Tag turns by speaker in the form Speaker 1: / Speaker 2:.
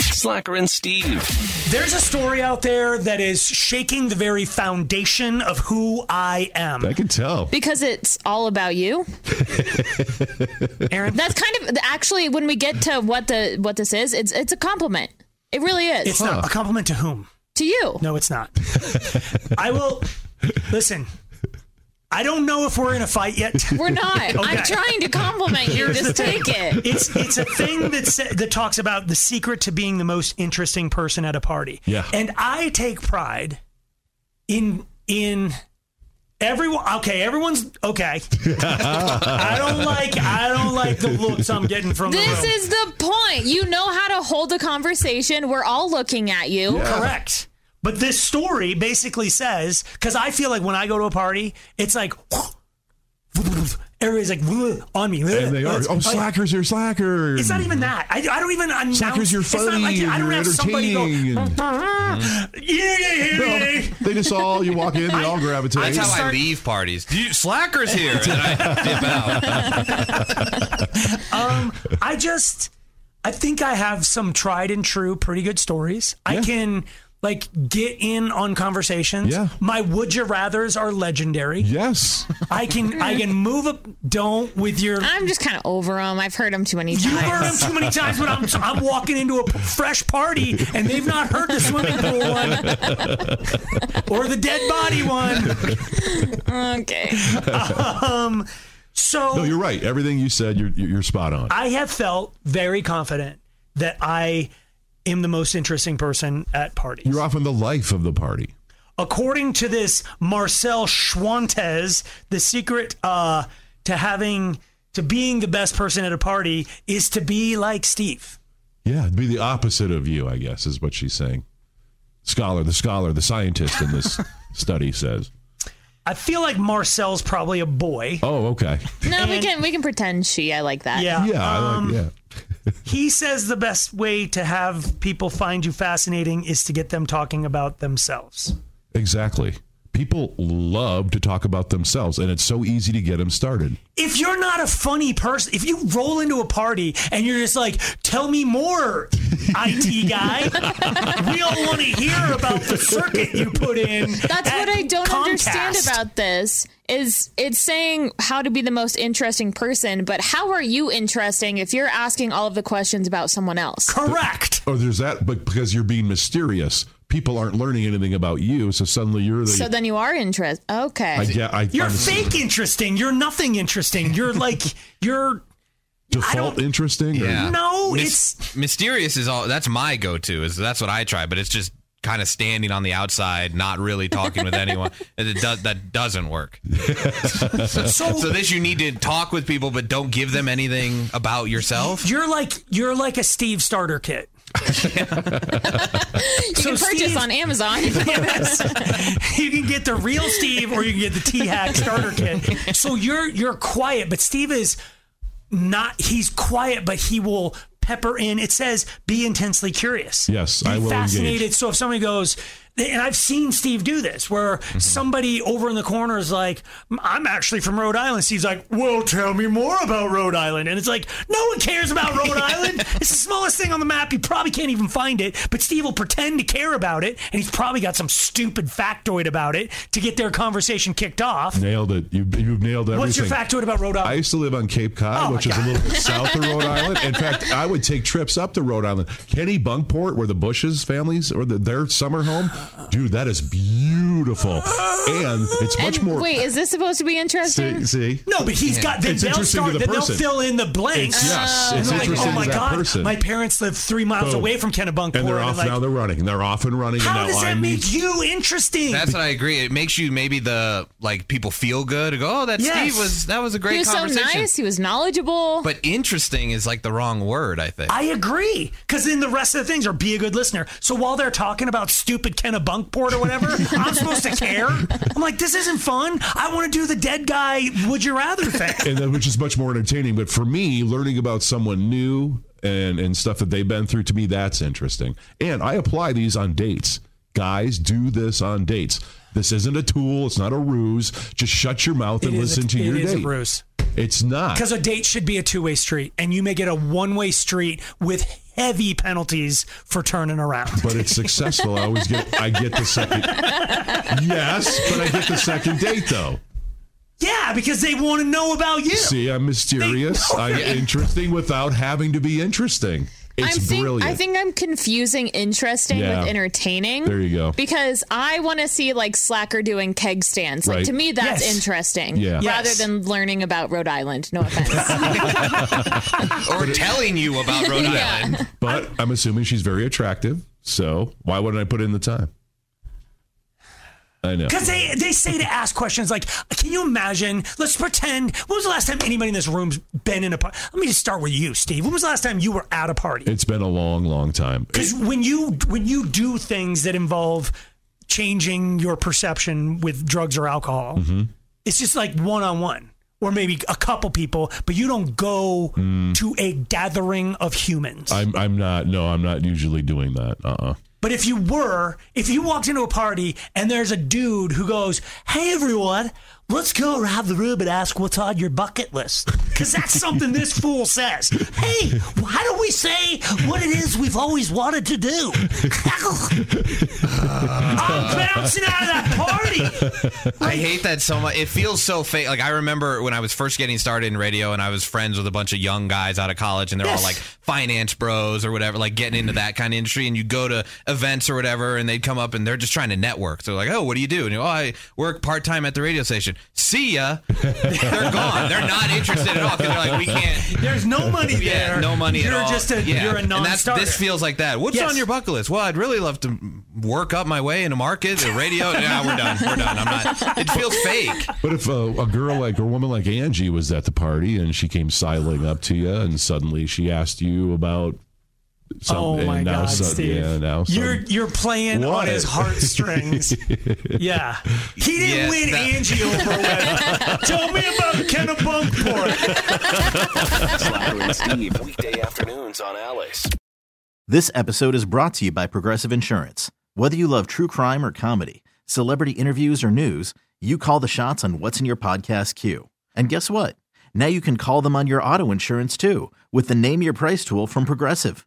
Speaker 1: Slacker and Steve.
Speaker 2: There's a story out there that is shaking the very foundation of who I am.
Speaker 3: I can tell.
Speaker 4: Because it's all about you.
Speaker 2: Aaron,
Speaker 4: That's kind of actually when we get to what the what this is, it's it's a compliment. It really is.
Speaker 2: it's not a compliment to whom?
Speaker 4: to you.
Speaker 2: No, it's not. I will listen. I don't know if we're in a fight yet.
Speaker 4: We're not. I'm trying to compliment you. Just take it.
Speaker 2: It's it's a thing that sa- that talks about the secret to being the most interesting person at a party.
Speaker 3: Yeah.
Speaker 2: and I take pride in in everyone. Okay, everyone's okay. I don't like I don't like the looks I'm getting from
Speaker 4: This
Speaker 2: the room.
Speaker 4: is the point. You know how to hold a conversation. We're all looking at you.
Speaker 2: Correct. But this story basically says because I feel like when I go to a party, it's like everybody's like on me.
Speaker 3: And they are.
Speaker 2: It's-
Speaker 3: Oh,
Speaker 2: yeah.
Speaker 3: slackers are slackers.
Speaker 2: It's not even that. I, I don't even announce.
Speaker 3: Slackers, you're
Speaker 2: it's not like
Speaker 3: funny
Speaker 2: I don't
Speaker 3: and
Speaker 2: have somebody go. "Oh,
Speaker 3: entertaining
Speaker 2: Yeah,
Speaker 3: and-
Speaker 4: Uh-huh.
Speaker 2: yeah, yeah, yeah.
Speaker 3: They just all, you walk in, they all gravitate.
Speaker 2: I
Speaker 5: That's how
Speaker 2: just-
Speaker 5: I
Speaker 2: start-
Speaker 5: leave parties. Do you, slackers here, and I dip out.
Speaker 2: Um, I just, I think I have some tried and true, pretty good stories. I
Speaker 3: Yeah.
Speaker 2: can like get in on conversations.
Speaker 3: Yeah.
Speaker 2: My would you rather's are legendary.
Speaker 3: yes.
Speaker 2: I can, I can move up. Don't with your.
Speaker 4: I'm just kind of over them. I've heard them too many
Speaker 2: You've heard
Speaker 4: times.
Speaker 2: them too many times when I'm, I'm walking into a p- fresh party and they've not heard the swimming pool one or the dead body one.
Speaker 4: Okay.
Speaker 2: So
Speaker 3: No, you're right. Everything you said, you're, you're spot on.
Speaker 2: I have felt very confident that I am the most interesting person at parties.
Speaker 3: You're often the life of the party.
Speaker 2: According to this Marcel Schwantes, the secret uh, to having to being the best person at a party is to be like Steve.
Speaker 3: Yeah, it'd be the opposite of you, I guess, is what she's saying. Scholar, the scholar, the scientist in this study says.
Speaker 2: I feel like Marcel's probably a boy.
Speaker 3: Oh, okay.
Speaker 4: No, we can we can pretend she. I like that.
Speaker 2: Yeah.
Speaker 3: Yeah, I
Speaker 2: um,
Speaker 3: like, yeah.
Speaker 2: He says the best way to have people find you fascinating is to get them talking about themselves.
Speaker 3: Exactly. People love to talk about themselves, and it's so easy to get them started.
Speaker 2: if you're not a funny person, if you roll into a party and you're just like, tell me more, IT guy, we all want to hear about the circuit you put in.
Speaker 4: That's
Speaker 2: at
Speaker 4: what I don't
Speaker 2: Comcast.
Speaker 4: understand about this is it's saying how to be the most interesting person, but how are you interesting if you're asking all of the questions about someone else?
Speaker 2: Correct.
Speaker 3: Or Oh, there's that, but because you're being mysterious, people aren't learning anything about you, so suddenly you're the.
Speaker 4: So then you are interested. Okay.
Speaker 3: I get. I
Speaker 2: You're
Speaker 3: I'm-
Speaker 2: fake interesting. You're nothing interesting. You're like, you're
Speaker 3: Default
Speaker 2: don't-
Speaker 3: interesting. or-
Speaker 5: Yeah.
Speaker 2: No,
Speaker 5: mysterious is all. That's my go-to. Is that's what I try, but it's just kind of standing on the outside, not really talking with anyone. And it does that doesn't work.
Speaker 2: so.
Speaker 5: So this you need to talk with people, but don't give them anything about yourself.
Speaker 2: you're like you're like a Steve starter kit.
Speaker 4: you
Speaker 2: so
Speaker 4: can purchase
Speaker 2: Steve-
Speaker 4: on Amazon.
Speaker 2: you can get the real Steve or you can get the T Hack starter kit. So you're you're quiet, but Steve is not he's quiet, but he will pepper in. It says be intensely curious.
Speaker 3: Yes,
Speaker 2: be
Speaker 3: I will engage.
Speaker 2: fascinated. So if somebody goes and I've seen Steve do this where
Speaker 3: Mm-hmm.
Speaker 2: somebody over in the corner is like, I'm actually from Rhode Island. Steve's like, Well, tell me more about Rhode Island. And it's like, No one cares about Rhode Island. It's the smallest thing on the map. You probably can't even find it. But Steve will pretend to care about it. And he's probably got some stupid factoid about it to get their conversation kicked off.
Speaker 3: Nailed it. You, you've nailed everything.
Speaker 2: What's your factoid about Rhode
Speaker 3: I
Speaker 2: Island?
Speaker 3: used to live on Cape Cod,
Speaker 2: Oh,
Speaker 3: which
Speaker 2: my
Speaker 3: is a little bit south of Rhode Island. In fact, I would take trips up to Rhode Island. Kenny Bunkport, where the Bushes families or the, their summer home dude, that is beautiful, and it's much
Speaker 4: And
Speaker 3: more.
Speaker 4: wait, is this supposed to be interesting?
Speaker 3: see, see?
Speaker 2: No, but he's got. Then
Speaker 3: It's
Speaker 2: they'll
Speaker 3: interesting
Speaker 2: start.
Speaker 3: to the
Speaker 2: then they'll
Speaker 3: person.
Speaker 2: fill in the blanks.
Speaker 3: It's- yes,
Speaker 2: And
Speaker 3: it's
Speaker 2: they're like,
Speaker 3: interesting
Speaker 2: oh my
Speaker 3: to that
Speaker 2: god,
Speaker 3: person.
Speaker 2: my parents live three miles
Speaker 3: Boom.
Speaker 2: away from Kennebunkport.
Speaker 3: and they're off
Speaker 2: like,
Speaker 3: now. They're running. They're off and running.
Speaker 2: How
Speaker 3: and now
Speaker 2: does that
Speaker 3: I'm-
Speaker 2: make you interesting?
Speaker 5: That's what I agree. It makes you maybe the like people feel good. Go, oh, that
Speaker 2: Yes.
Speaker 5: Steve was that was a great
Speaker 4: he was so
Speaker 5: conversation.
Speaker 4: nice. He was knowledgeable.
Speaker 5: But interesting is like the wrong word. I think.
Speaker 2: I agree. Because then the rest of the things are be a good listener. So while they're talking about stupid Kennebunkport or whatever, I'm supposed to care. I'm like, this isn't fun. I want to do the dead guy would you rather thing.
Speaker 3: and that, which is much more entertaining. But for me, learning about someone new and and stuff that they've been through to me that's interesting. And I apply these on dates. Guys, do this on dates. This isn't a tool. It's not a ruse. Just shut your mouth and listen to your
Speaker 2: it is a
Speaker 3: date.
Speaker 2: ruse.
Speaker 3: It's not.
Speaker 2: Because a date should be a two way street, and you may get a one way street with heavy penalties for turning around.
Speaker 3: but it's successful. I always get I get the second. Yes, but I get the second date though.
Speaker 2: Yeah, because they want to know about you.
Speaker 3: See, I'm mysterious. I'm interesting without having to be interesting. It's
Speaker 4: I'm think,
Speaker 3: brilliant.
Speaker 4: I think I'm confusing interesting
Speaker 3: Yeah.
Speaker 4: with entertaining.
Speaker 3: There you go.
Speaker 4: Because I want to see like Slacker doing keg stands. Like
Speaker 3: Right.
Speaker 4: to me, that's
Speaker 2: Yes.
Speaker 4: interesting.
Speaker 3: Yeah. Yes.
Speaker 4: Rather than learning about Rhode Island. No offense.
Speaker 5: or telling you about Rhode Island.
Speaker 3: But I'm, assuming she's very attractive. So why wouldn't I put in the time? I know.
Speaker 2: Because they, they say to ask questions like, can you imagine? Let's pretend. When was the last time anybody in this room's been in a party? Let me just start with you, Steve. When was the last time you were at a party?
Speaker 3: It's been a long, long time.
Speaker 2: Because when you when you do things that involve changing your perception with drugs or alcohol, it's just like one on one or maybe a couple people, but you don't go to a gathering of humans.
Speaker 3: I'm, I'm not. No, I'm not usually doing that. Uh. uh
Speaker 2: But if you were, if you walked into a party and there's a dude who goes, "Hey everyone, let's go around the room and ask what's on your bucket list," because that's something this fool says. Hey, why don't we say what it is we've always wanted to do? I'm bouncing out of that party.
Speaker 5: I hate that so much. It feels so fake. Like I remember when I was first getting started in radio, and I was friends with a bunch of young guys out of college, and they're
Speaker 2: Yes.
Speaker 5: all like finance bros or whatever, like getting into that kind of industry. And you go to events or whatever, and they'd come up, and they're just trying to network. So like, oh, what do you do? And you, oh, I work part time at the radio station. See ya. they're gone. They're not interested at all. Because they're like, we can't.
Speaker 2: There's no money
Speaker 5: Yeah,
Speaker 2: there.
Speaker 5: no money
Speaker 2: You're
Speaker 5: at all.
Speaker 2: just a
Speaker 5: yeah.
Speaker 2: you're a
Speaker 5: And that's,
Speaker 2: non-starter.
Speaker 5: this feels like that. What's
Speaker 2: Yes.
Speaker 5: on your bucket list? Well, I'd really love to work up my way in a market, the radio. yeah, we're done. We're done. I'm not. It feels fake.
Speaker 3: But if a, a girl like or woman like Angie was at the party and she came sidling up to you and suddenly she asked you about
Speaker 2: oh
Speaker 3: something,
Speaker 2: my
Speaker 3: and now
Speaker 2: god,
Speaker 3: sud-
Speaker 2: Steve!
Speaker 3: yeah, now
Speaker 2: you're
Speaker 3: sud-
Speaker 2: you're playing on
Speaker 3: What?
Speaker 2: his heartstrings. yeah, he didn't
Speaker 5: Yeah,
Speaker 2: win
Speaker 5: that-
Speaker 2: Angie over with. Tell me about Kennebunkport.
Speaker 1: Slacker and Steve, weekday afternoons on Alice.
Speaker 6: This episode is brought to you by Progressive Insurance. Whether you love true crime or comedy, celebrity interviews or news, you call the shots on what's in your podcast queue. And guess what? Now you can call them on your auto insurance too with the Name Your Price tool from Progressive.